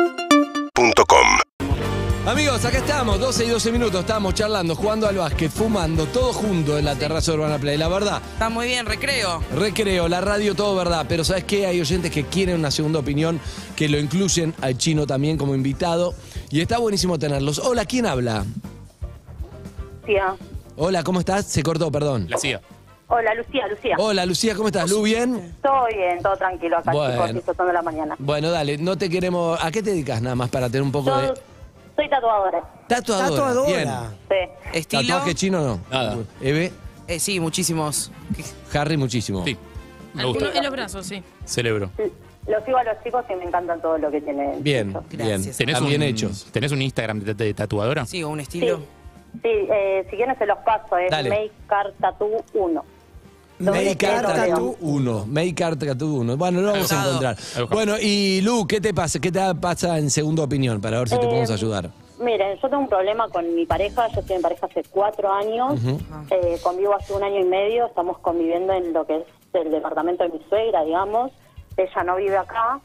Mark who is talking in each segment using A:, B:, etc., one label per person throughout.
A: UrbanaPlayFM.com
B: Amigos, acá estamos, 12 y 12 minutos, estamos charlando, jugando al básquet, fumando, todo junto en la terraza de Urbana Play. La verdad,
C: Está muy bien, recreo.
B: recreo, la radio, todo verdad, pero ¿sabes qué? Hay oyentes que quieren una segunda opinión, que lo incluyen al chino también como invitado, y está buenísimo tenerlos. Hola, ¿quién habla?
D: Lucía.
B: Hola, ¿cómo estás? Se cortó, perdón.
E: La CIA.
D: Hola, Lucía, Lucía.
B: Hola, Lucía, ¿cómo estás? ¿Lu bien?
D: Todo bien, todo tranquilo acá,
B: Bueno.
D: chicos, estoy soltando la mañana.
B: Bueno, dale, no te queremos... ¿A qué te dedicas nada más para tener un poco de...
D: Yo soy tatuadora.
B: Tatuadora.
F: Tatuadora.
B: Bien.
D: Sí.
C: Estilo.
B: ¿Tatuaje chino no?
E: Nada.
B: Eve,
C: Eh, sí, muchísimos.
B: Harry, muchísimo.
E: Sí. Me gusta.
G: Algunos en los brazos, sí.
E: Celebro.
D: Los sigo a los chicos y me encantan todo lo que tienen.
B: Bien,
C: Gracias.
B: bien.
E: ¿Tenés
B: Están bien
E: un,
B: hechos.
E: ¿Tenés un Instagram de, de tatuadora?
C: Sí, un
D: Sí,
C: estilo.
D: sí eh, si quieren se los paso, es
B: Dale.
D: Make Car Tattoo 1.
B: Make Art
F: Art
B: Tattoo 1. Make Art Tattoo 1. Bueno, lo vamos a
C: Anotado.
B: encontrar.
E: Ahí buscamos.
B: Bueno, y Lu, ¿qué te pasa? ¿Qué te pasa en segunda opinión? Para ver si te
D: Eh,
B: podemos ayudar.
D: Miren, yo tengo un problema con mi pareja, yo estoy en pareja hace cuatro años, eh, convivo hace un año y medio, estamos conviviendo en lo que es el departamento de mi suegra, digamos, ella no vive acá,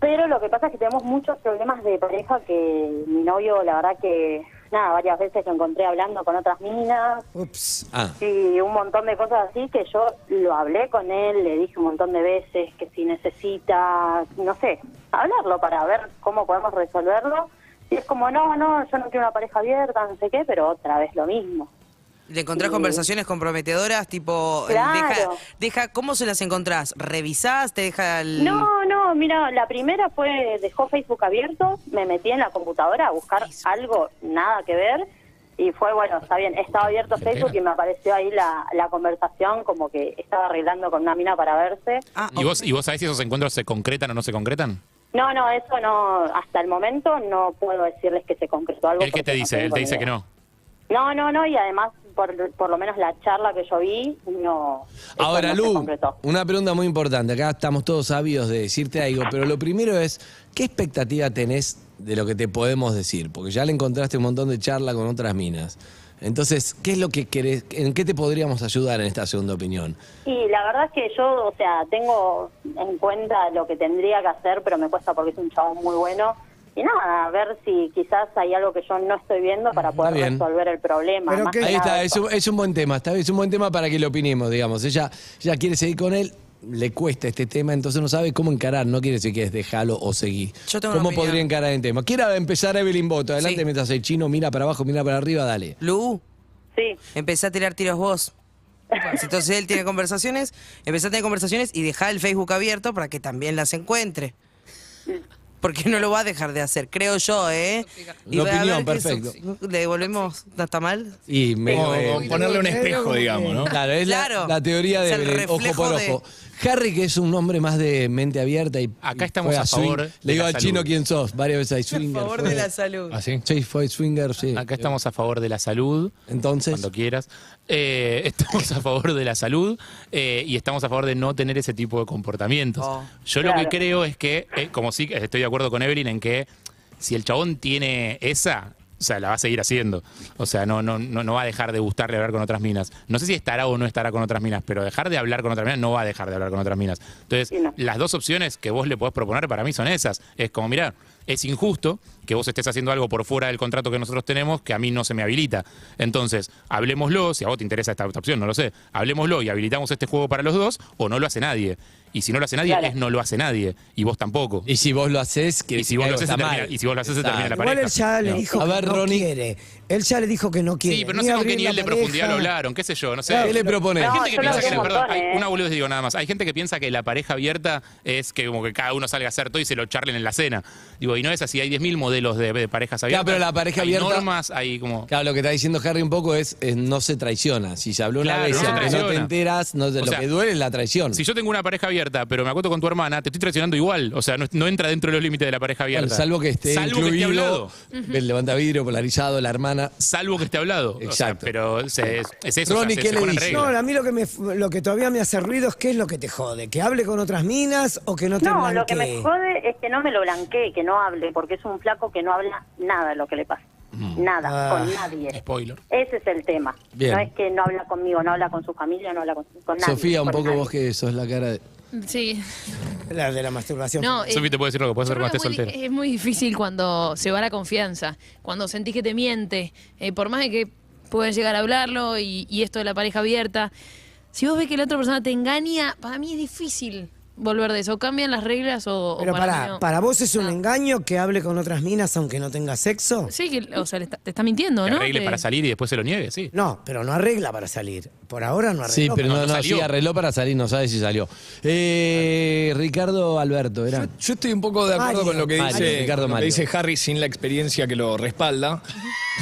D: pero lo que pasa es que tenemos muchos problemas de pareja que mi novio, la verdad que, nada, varias veces lo encontré hablando con otras minas,
F: Ups.
B: Ah,
D: y un montón de cosas así que yo lo hablé con él, le dije un montón de veces que si necesita, no sé, hablarlo para ver cómo podemos resolverlo. Y es como, no, no, yo no quiero una pareja abierta, no sé qué, pero otra vez lo mismo.
C: ¿Le encontrás
D: Sí.
C: conversaciones comprometedoras? Tipo, eh,
D: Claro.
C: deja, deja, ¿cómo se las encontrás? ¿Revisás? ¿Te deja el...?
D: No, no, mira, la primera fue, dejó Facebook abierto, me metí en la computadora a buscar algo, nada que ver, y fue, bueno, está bien, estaba abierto
E: Argentina.
D: Facebook y me apareció ahí la, la conversación como que estaba arreglando con una mina para verse.
C: Ah,
E: ¿Y vos, ¿Y vos sabés si esos encuentros se concretan o no se concretan?
D: No, no, eso no, hasta el momento no puedo decirles que se concretó algo.
E: Él que te
D: porque no
E: dice,
D: tengo
E: él te dice
D: idea.
E: que no.
D: No, no, no, y además, por, por lo menos la charla que yo vi, no. eso
B: Ahora,
D: no se
B: Lu,
D: concretó.
B: una pregunta muy importante. Acá estamos todos sabidos de decirte algo, pero lo primero es, ¿qué expectativa tenés de lo que te podemos decir? Porque ya le encontraste un montón de charla con otras minas. Entonces, ¿qué es lo que querés? ¿En qué te podríamos ayudar en esta segunda opinión?
D: Y la verdad es que yo, o sea, tengo en cuenta lo que tendría que hacer, pero me cuesta porque es un chabón muy bueno. Y nada, a ver si quizás hay algo que yo no estoy viendo para poder
B: bien.
D: resolver el problema.
F: Pero
D: más
F: qué-
D: que
B: Ahí
D: nada
B: está, es
D: eso.
B: un, es un buen tema, está bien, es un buen tema para que lo opinemos, digamos. Ella, ella quiere seguir con él, le cuesta este tema, entonces no sabe cómo encarar, no quiere decir que es dejarlo o seguir.
C: Yo tengo una
B: ¿Cómo
C: opinión.
B: podría encarar el tema? Quiera empezar Evelyn Boto, adelante
C: Sí.
B: mientras el chino mira para abajo, mira para arriba, dale.
C: Lu,
D: Sí,
C: empezá a tirar tiros vos. Si Entonces él tiene conversaciones, empezá a tener conversaciones y dejá el Facebook abierto para que también las encuentre. Porque no lo va a dejar de hacer, creo yo, ¿eh?
B: La
C: va a
B: opinión,
C: ver que eso-
B: perfecto.
C: ¿Le devolvemos? ¿No está mal?
B: Y me,
E: O- o
B: eh,
E: ponerle un espejo, digamos, ¿no?
B: Claro, es la-
C: Claro.
B: La, teoría de
C: Es el
B: Evelyn, ojo
C: reflejo
B: por
C: de-
B: ojo. Harry, que es un hombre más de mente abierta y
E: Acá estamos
B: fue
E: a
B: swing.
E: favor
B: Le
E: de
B: digo
E: la
B: al chino
E: salud.
B: quién sos, varias veces hay swinger. fue- Ah,
C: salud.
E: ¿Así?
B: Sí, fue swinger, sí.
E: Acá estamos a favor de la salud.
B: Entonces-
E: Cuando quieras. Eh, estamos a favor de la salud eh, y estamos a favor de no tener ese tipo de comportamientos.
C: Oh.
E: Yo lo
D: Claro.
E: que creo es que, eh, como sí, estoy de acuerdo con Evelyn en que si el chabón tiene esa. O sea, la va a seguir haciendo. O sea, no, no, no, no va a dejar de gustarle hablar con otras minas. No sé si estará o no estará con otras minas, pero dejar de hablar con otras minas no va a dejar de hablar con otras minas. Entonces,
D: Y no.
E: las dos opciones que vos le podés proponer para mí son esas. Es como, mirá, es injusto que vos estés haciendo algo por fuera del contrato que nosotros tenemos que a mí no se me habilita. Entonces, hablemoslo, si a vos te interesa esta, esta opción, no lo sé, hablemoslo y habilitamos este juego para los dos o no lo hace nadie. Y si no lo hace nadie,
D: Claro.
E: es no lo hace nadie. Y vos tampoco.
B: Y si vos lo haces, que
E: Y si vos lo haces, se termina- y si vos lo haces, se termina la
B: Exacto.
E: pareja.
F: Igual él ya le
E: No.
F: dijo
B: A
F: que
B: ver,
F: no
B: Ronnie.
F: quiere. Él ya le dijo que no quiere.
E: Sí, pero no
F: Ni
E: sé con qué
F: abrir
E: nivel
F: la
E: de profundidad lo
F: pareja.
E: hablaron, qué sé yo, no sé.
B: ¿Qué le propones?
D: No,
E: Hay gente
D: yo
E: que
D: lo
E: piensa que
D: veo
E: la,
D: un
E: perdón,
D: montón,
E: hay-
D: ¿eh?
E: una boludez digo nada más. Hay gente que piensa que la pareja abierta es que como que cada uno salga a hacer todo y se lo charlen en la cena. Digo, y no es así, hay 10.000 modelos de, de parejas abiertas.
B: pero la pareja
E: hay
B: abierta-
E: normas, hay como
B: Claro, lo que está diciendo Harry un poco es, es no se traiciona. Si se habló una
E: Claro,
B: vez
E: no
B: y
E: se
B: aunque no te
E: traiciona.
B: enteras, no te-
E: O
B: lo
E: sea,
B: que duele es la traición.
E: si yo tengo una pareja abierta, pero me acuesto con tu hermana, te estoy traicionando igual, o sea, no, no entra dentro de los límites de la pareja
B: Bueno,
E: abierta.
B: salvo que esté
E: salvo que esté
B: incluido
E: hablado.
B: el levantavidrio polarizado, la hermana.
E: Salvo que esté hablado. O sea,
B: Exacto.
E: pero se- es, es eso, o sea,
B: Ronnie,
E: se-
B: ¿qué
E: se
B: le
E: ponen
B: dice?
E: reglas.
F: No, a mí lo que, me, lo que todavía me hace ruido es qué es lo que te jode. ¿Que hable con otras minas o que no te
D: No, lo que me
F: blanquee?
D: jode es que no me lo blanquee, que no hable, porque es un flaco que no habla nada de lo que le pasa.
B: Mm.
D: Nada,
F: Ah.
D: con nadie.
E: Spoiler.
D: Ese es el tema.
B: Bien.
D: No es que no habla conmigo, no habla con su familia, no habla con, con nadie.
B: Sofía, un
D: con
B: poco
D: nadie.
B: vos que sos la cara de...
A: Sí.
F: La de la masturbación.
A: No, eh,
E: Sofi te puede decir lo que puedes
A: yo
E: hacer
A: creo
E: cuando
A: que
E: estés
A: es, muy,
E: soltero.
A: di- es muy difícil cuando se va la confianza, cuando sentís que te miente, eh, por más de que puedas llegar a hablarlo y, y esto de la pareja abierta. Si vos ves que la otra persona te engaña, para mí es difícil volver de eso. O cambian las reglas o, o
F: Pero
A: para, mí
F: para,
A: no.
F: para vos es un engaño que hable con otras minas aunque no tenga sexo.
A: Sí, que, o sea, le está- te está mintiendo,
E: Que
A: ¿no?
E: arregle
A: Te-
E: para salir y después se lo niegue, sí.
F: No, pero no arregla para salir. Por ahora no arregla.
B: Sí, pero no,
E: no
B: no,
E: salió.
B: sí, arregló para salir, no sabe si salió. Eh, Ricardo Alberto, era.
G: Yo estoy un poco de acuerdo
F: Mario.
G: con lo que
B: Mario,
G: dice,
B: Ricardo
G: con lo que
B: Mario.
G: dice Harry sin la experiencia que lo respalda,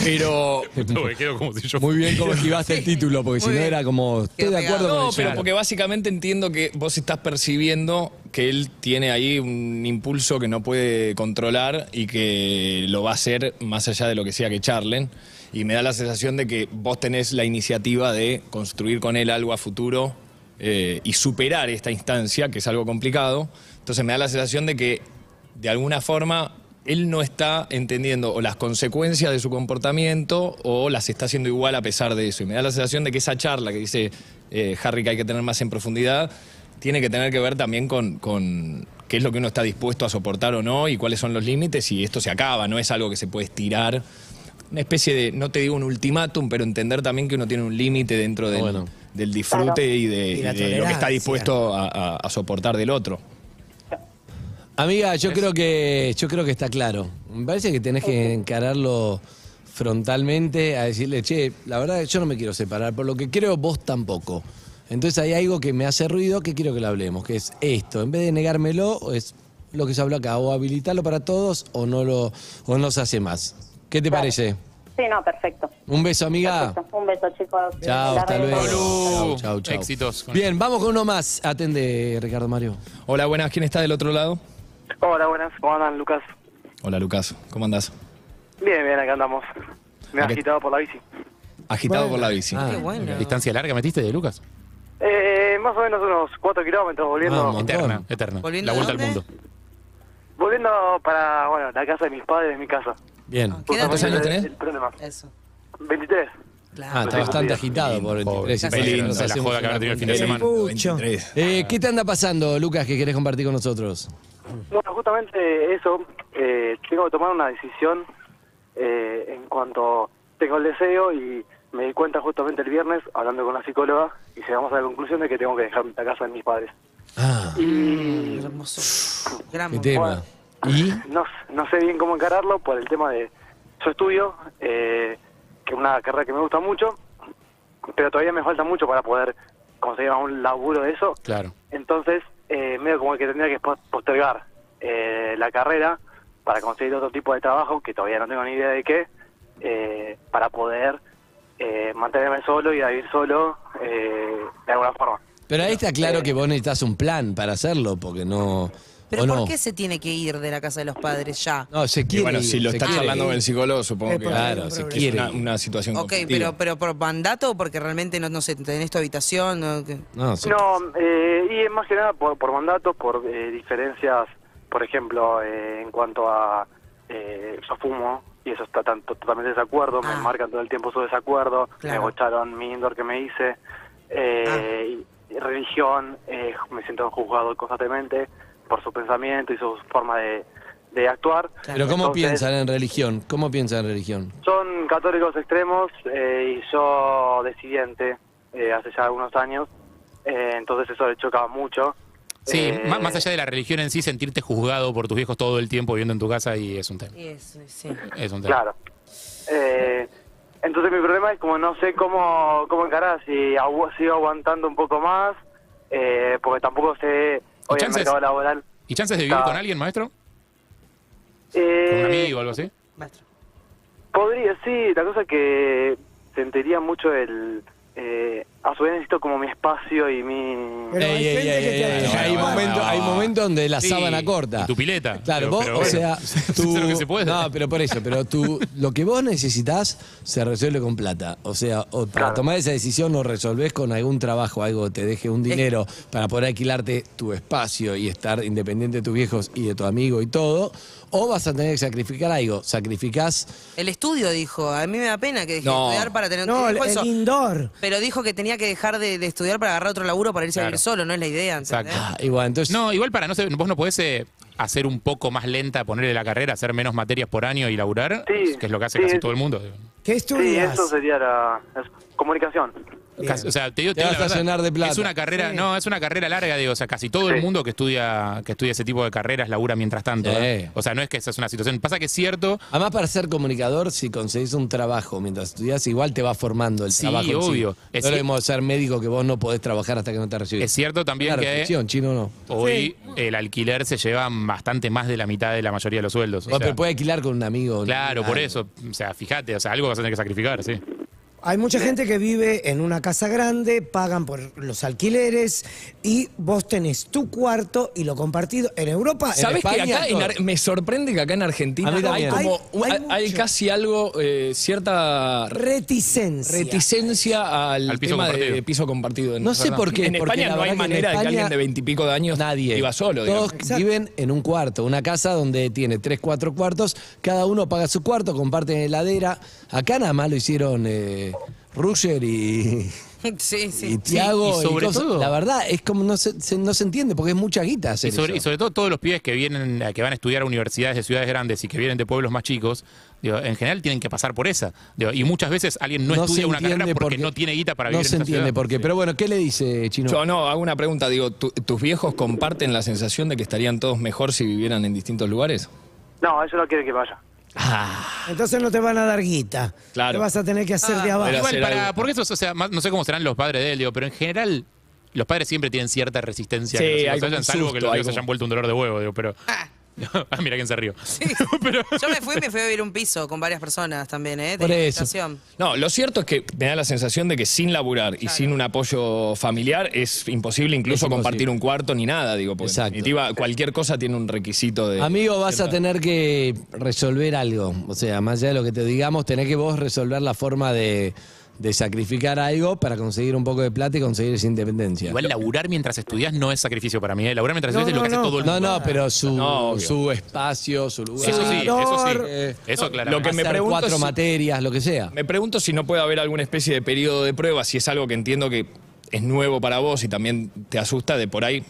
G: pero
E: me quedo como si yo
B: Muy bien cómo esquivaste el título, porque si
C: Muy
B: no
C: bien.
B: era como, estoy
C: Quedó
B: de acuerdo
C: pegado.
B: con
G: No, pero
B: el Gerardo.
G: porque básicamente entiendo que vos estás percibiendo que él tiene ahí un impulso que no puede controlar y que lo va a hacer más allá de lo que sea que charlen. Y me da la sensación de que vos tenés la iniciativa de construir con él algo a futuro eh, y superar esta instancia, que es algo complicado. Entonces me da la sensación de que, de alguna forma, él no está entendiendo o las consecuencias de su comportamiento o las está haciendo igual a pesar de eso. Y me da la sensación de que esa charla que dice eh, Harry que hay que tener más en profundidad tiene que tener que ver también con, con qué es lo que uno está dispuesto a soportar o no y cuáles son los límites y esto se acaba, no es algo que se puede estirar. Una especie de, no te digo un ultimátum, pero entender también que uno tiene un límite dentro del,
B: Bueno.
G: del disfrute
D: Claro.
G: y de,
F: Y la
G: y de lo que
F: tolerancia.
G: está dispuesto a- a- a soportar del otro.
B: Amiga, yo creo que yo creo que está claro. Me parece que tenés que encararlo frontalmente a decirle, che, la verdad yo no me quiero separar, por lo que creo vos tampoco. Entonces hay algo que me hace ruido que quiero que lo hablemos, que es esto. En vez de negármelo, es lo que se habló acá, o habilitarlo para todos o no lo o no se hace más. ¿Qué te
D: Claro.
B: parece?
D: Sí, no, perfecto.
B: Un beso, amiga.
D: Perfecto. Un beso, chicos.
B: Chao,
D: La
B: hasta
D: red.
B: luego.
E: Salud.
B: Chau, chau, chau.
E: Éxitos con
B: Bien, vamos con uno más. Atende, Ricardo Mario.
G: Hola, buenas. ¿Quién está del otro lado?
H: Hola, buenas. ¿Cómo andan, Lucas?
G: Hola, Lucas. ¿Cómo andás?
H: Bien, bien, acá andamos. Me has
G: Ok.
H: quitado por la bici.
G: Agitado
F: Bueno.
G: por la bici.
B: Ah,
C: Qué bueno.
E: ¿Distancia larga metiste de Lucas?
H: Eh, más o menos unos 4 kilómetros volviendo,
B: Vamos. Ah, Montón.
E: Eterna, eterna.
C: ¿Volviendo
E: La vuelta
C: de
E: al
C: dónde?
E: mundo.
H: volviendo para, bueno, la casa de mis padres, mi casa.
B: Bien.
C: Queda
G: ¿Cuántos años
H: Justamente
G: tenés?
H: el problema.
C: Eso.
H: 23.
B: Ah, está bastante agitado por 23 y
C: Casi
B: para que
E: lindo.
B: nos
E: Se la
B: hacemos
E: joda que habrá
B: una
E: tenido el fin
B: cuenta.
E: de semana.
F: Pucho.
G: 23.
B: Eh, ¿Qué te anda pasando, Lucas, que querés compartir con nosotros?
H: Bueno, justamente eso, eh, tengo que tomar una decisión eh, en cuanto tengo el deseo y me di cuenta justamente el viernes hablando con la psicóloga y llegamos a la conclusión de que tengo que dejar la casa de mis padres.
B: Ah,
C: Hermoso. Gran
B: qué
C: momento.
B: tema. ¿Y?
H: No, no sé bien cómo encararlo por el tema de yo estudio, eh, que es una carrera que me gusta mucho, pero todavía me falta mucho para poder conseguir un laburo de eso.
E: Claro.
H: Entonces, eh, medio como que tendría que pos- postergar eh, la carrera para conseguir otro tipo de trabajo, que todavía no tengo ni idea de qué, eh, para poder eh, mantenerme solo y a vivir solo eh, de alguna forma.
B: Pero ahí
C: Eh,
B: está claro que vos necesitas un plan para hacerlo, porque no...
C: Pero
B: ¿o
C: ¿por
B: no?
C: qué se tiene que ir de la casa de los padres ya?
B: No, se
G: Y
B: quiere
G: bueno, si lo
B: se
G: estás
B: quiere
G: hablando
B: ir.
G: con el psicólogo, supongo
F: Es
G: que
F: por
B: Claro,
G: es
B: se
G: una-
B: quiere
G: una, situación
C: Ok,
G: conflictiva.
C: pero, pero por mandato o porque realmente no, no sé, tenés tu habitación. No, Que-
B: No, se-
H: No, eh, y es más que nada por, por mandato, por eh, diferencias, por ejemplo, eh, en cuanto a eh, yo fumo, y eso está tan- to- totalmente desacuerdo,
C: Ah.
H: me marcan todo el tiempo su desacuerdo,
C: Claro. Ah.
H: me bocharon mi indoor que me hice, eh, y- y religión, eh, me siento juzgado constantemente por su pensamiento y su forma de, de actuar.
B: Pero ¿cómo
H: Entonces,
B: piensan en religión? ¿Cómo piensan en religión?
H: Son católicos extremos eh, y yo decidente eh, hace ya algunos años, eh, entonces eso le chocaba mucho.
E: Sí,
H: Eh,
E: más, más allá de la religión en sí, sentirte juzgado por tus viejos todo el tiempo viviendo en tu casa y es un tema.
C: Y eso, sí.
E: Es un tema.
H: Claro. Eh, entonces mi problema es como no sé cómo, cómo encarar, si agu- sigo aguantando un poco más, eh, porque tampoco sé hoy el
E: chances?
H: mercado laboral.
E: ¿Y chances de vivir
H: Claro.
E: con alguien, maestro? ¿Con un
H: Eh,
E: amigo o algo así?
C: Maestro.
H: podría, sí, la cosa es que sentiría mucho el... eh, a su vez necesito como mi espacio y mi...
F: Pero hay
B: Ey, ey,
F: gente
B: ey,
F: que
B: ey,
F: te
B: ey,
F: deja
B: hay
F: igual.
B: momentos hay momentos donde la
E: Sí,
B: sábana corta.
E: y tu pileta.
B: Claro,
E: Pero-
B: vos,
E: pero
B: o
E: bueno,
B: sea,
E: es
B: tu-
E: lo que se puede.
B: No, pero por eso, pero tú, lo que vos necesitas se resuelve con plata. O sea, o para
H: Claro.
B: tomar esa decisión lo resolvés con algún trabajo, algo, te deje un dinero para poder alquilarte tu espacio y estar independiente de tus viejos y de tu amigo y todo. O vas a tener que sacrificar algo. Sacrificás
C: El estudio dijo, a mí me da pena que dejé de
G: No.
C: estudiar para tener
F: No,
C: dijo
F: el, el
C: eso,
F: indoor.
C: Pero dijo que tenía tenía que dejar de, de estudiar para agarrar otro laburo para irse a vivir
E: Claro.
C: solo, no es la idea. ¿entendés?
E: Exacto.
B: Ah, igual, entonces.
E: No, igual para no ser, vos no podés eh, hacer un poco más lenta, ponerle la carrera, hacer menos materias por año y laburar,
H: Sí,
E: que es lo que hace
H: sí,
E: casi
H: es-
E: todo el mundo.
F: ¿Qué
H: Sí,
F: estudias?
H: eso sería la es comunicación.
E: Casi- o sea, te digo,
B: Te
E: digo
B: vas
E: la
B: a
E: verdad,
B: llenar de plata.
E: Es una carrera, no, es una carrera larga, digo, o sea, casi todo el
H: Sí.
E: mundo que estudia que estudia ese tipo de carreras labura mientras tanto.
B: Sí.
E: ¿eh? O sea, no es que esa es una situación, pasa que es cierto,
B: Además, para ser comunicador, si conseguís un trabajo mientras estudias, igual te va formando el
E: Sí,
B: trabajo. en
E: obvio.
B: No
E: Es
B: lo
E: cier-
B: mismo ser médico que vos no podés trabajar hasta que no te recibís.
E: es cierto también
B: Una
E: que
B: reflexión, chino no.
E: hoy el alquiler se lleva bastante más de la mitad de la mayoría de los sueldos. o
B: O,
E: sea,
B: pero puede alquilar con un amigo.
E: claro,
B: Ah,
E: por eso, o sea, fíjate, o sea, algo vas a tener que sacrificar, sí.
F: Hay mucha gente que vive en una casa grande, pagan por los alquileres y vos tenés tu cuarto y lo compartido. En Europa, en
G: ¿Sabes que
B: España,
G: acá en
B: todo.
G: Ar- me sorprende que acá en Argentina
B: A mí
G: hay
B: también.
G: como
F: Hay- hay
G: hay, hay
F: mucho.
G: casi algo eh, cierta
F: reticencia.
G: reticencia al,
E: Al piso
G: tema
E: compartido.
G: de piso compartido. en
B: No sé
G: Fernández.
B: por qué,
G: En
B: porque
G: España
B: la
G: no hay
B: verdad que en
G: manera de que alguien
B: España
G: de veintipico de años
B: Nadie.
G: iba solo.
B: Todos
G: digamos.
F: Exacto.
B: viven en un cuarto, una casa donde tiene tres, cuatro cuartos. Cada uno paga su cuarto, comparten heladera. Acá nada más lo hicieron eh, Ruger y,
C: sí, sí.
B: y Tiago.
E: y sobre
B: cosas.
E: todo-
B: La verdad, es como no se, se- no se entiende porque es mucha guita hacer
E: Y sobre,
B: eso.
E: y sobre todo todos los pibes que vienen, eh, que van a estudiar a universidades de ciudades grandes y que vienen de pueblos más chicos, digo, en general tienen que pasar por esa. Digo, y muchas veces alguien no, estudia una carrera porque, no tiene guita para
B: no
E: vivir
B: se
E: en esa
B: entiende
E: ciudad.
B: por qué. Pero bueno, ¿qué le dice Chino?
G: Yo no, hago una pregunta, digo, ¿tu- ¿tus viejos comparten la sensación de que estarían todos mejor si vivieran en distintos lugares?
H: No, ellos no quieren que vaya.
F: Entonces no te van a dar guita.
G: Claro.
F: Te vas a tener que hacer de abajo.
G: Pero
E: Igual
G: hacer
E: para-
G: algo.
E: porque eso, o sea, más- no sé cómo serán los padres de él, digo, pero en general los padres siempre tienen cierta resistencia a que
G: Sí,
E: los hijos
G: hay como
E: hayan,
G: un
E: salvo que
G: susto,
E: los
G: hay
E: hijos
G: como-
E: hayan vuelto un dolor de huevo, digo, pero...
C: Ah.
E: Ah, mira quién se rió.
C: Yo me fui, me fui a vivir un piso con varias personas también, ¿eh?
B: Por
C: Tenía
B: eso.
C: habitación.
G: No, lo cierto es que me da la sensación de que sin laburar y sin un apoyo familiar es imposible incluso
B: Es imposible.
G: compartir un cuarto ni nada, digo, porque
B: Exacto.
G: en definitiva cualquier cosa tiene un requisito de...
B: Amigo, vas a tener que resolver algo. O sea, más allá de lo que te digamos, tenés que vos resolver la forma de, de sacrificar algo para conseguir un poco de plata y conseguir esa independencia.
E: Igual laburar mientras estudias no es sacrificio para mí, ¿eh? Laburar mientras
F: No,
E: estudias es lo que
F: no,
E: hace
F: no.
E: todo el
B: No,
E: mundo.
B: no, pero su,
G: No, obvio.
B: su espacio, su lugar.
E: Eso sí, eso sí.
B: Eh,
E: Eso claro.
G: lo que me
B: hacer
G: pregunto
B: cuatro
G: si-
B: materias, lo que sea.
G: Me pregunto si no puede haber alguna especie de periodo de prueba, si es algo que entiendo que es nuevo para vos y también te asusta de por ahí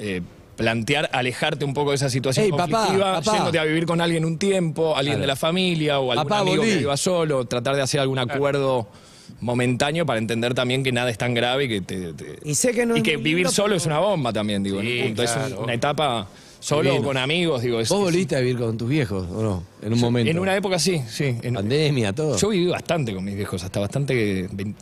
G: eh, plantear alejarte un poco de esa situación
B: Ey, papá,
G: conflictiva,
B: papá.
G: yéndote a vivir con alguien un tiempo, alguien
B: Claro.
G: de la familia o algún
B: Papá,
G: amigo
B: volví.
G: que viva solo, tratar de hacer algún acuerdo momentáneo para entender también que nada es tan grave y que te- te-
F: Y sé que no
G: y
F: es
G: que
F: muy
G: vivir
F: lindo,
G: solo
F: pero-
G: es una bomba también, digo, en un
E: Sí,
G: punto. Es un-
E: claro.
G: una etapa solo
B: Divino.
G: con amigos, digo, es-
B: Vos
G: es-
B: volviste a vivir con tus viejos, ¿o no? En un momento.
G: en una época sí, sí, en,
B: pandemia, todo.
G: yo viví bastante con mis viejos, hasta bastante. vein-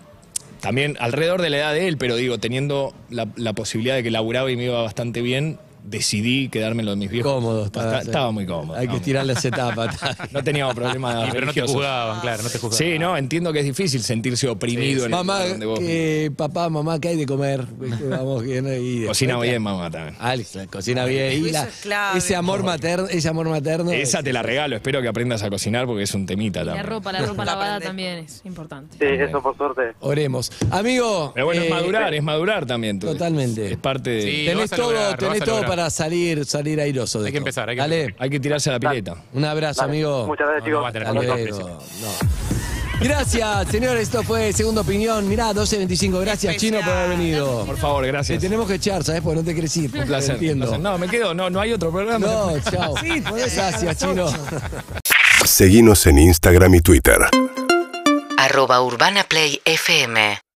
G: También alrededor de la edad de él, pero digo, teniendo la, la posibilidad de que laburaba y me iba bastante bien, decidí quedármelo de mis viejos.
B: cómodo
G: Basta-
B: estaba.
G: estaba, muy cómodo.
B: Hay
G: estaba
B: que
G: muy-
B: estirar las etapas. está bien.
G: No teníamos problemas.
E: Y, pero no te
G: religiosos.
E: juzgaban, claro, no te juzgaban.
G: Sí, no, entiendo que es difícil sentirse oprimido en el
B: mamá,
G: lugar donde vos vivís.
B: que, papá, mamá, ¿qué hay de comer? Viste, Vamos, que no hay-
G: Cocina bien, mamá también.
B: Alex, la cocina bien.
C: Eso
B: Y la-
C: es clave.
B: ese amor materno, ese amor materno.
G: Esa te la regalo, espero que aprendas a cocinar porque es un temita
A: Y
G: también.
A: la ropa, la ropa
C: La
A: lavada
C: aprendés.
A: también es importante.
H: Sí, eso por suerte.
B: Oremos. Amigo.
G: Pero bueno,
B: eh,
G: es madurar, es madurar también. tú.
B: Totalmente.
G: Es parte de.
E: Sí. Lo
B: Tenés
E: vas a
B: todo,
E: lograr, lo
B: tenés
E: vas a
B: todo
E: lograr.
B: para salir, salir airoso de
E: Hay que
B: esto.
E: empezar, hay que
B: Dale,
E: empezar.
G: Hay que tirarse a la pileta.
B: un abrazo,
H: Dale,
B: amigo.
H: Muchas
E: No,
H: gracias,
E: no
H: chicos.
E: va a tener
B: Hasta
E: control,
B: luego.
E: Presi.
B: No. Gracias, señores. Esto fue Segunda Opinión. Mirá, 12.25. Gracias, Chino, por haber venido.
G: Por favor,
B: Te
G: gracias.
B: tenemos que echar, ¿sabes? Porque no te crecí.
G: Un placer.
B: Entiendo.
G: un placer. No, me quedo, no, no hay otro programa.
B: No, chao.
F: Sí, podés
B: Gracias,
F: a las
B: Chino.
F: ocho.
I: Seguinos en Instagram y Twitter.
J: arroba urbanaplayfm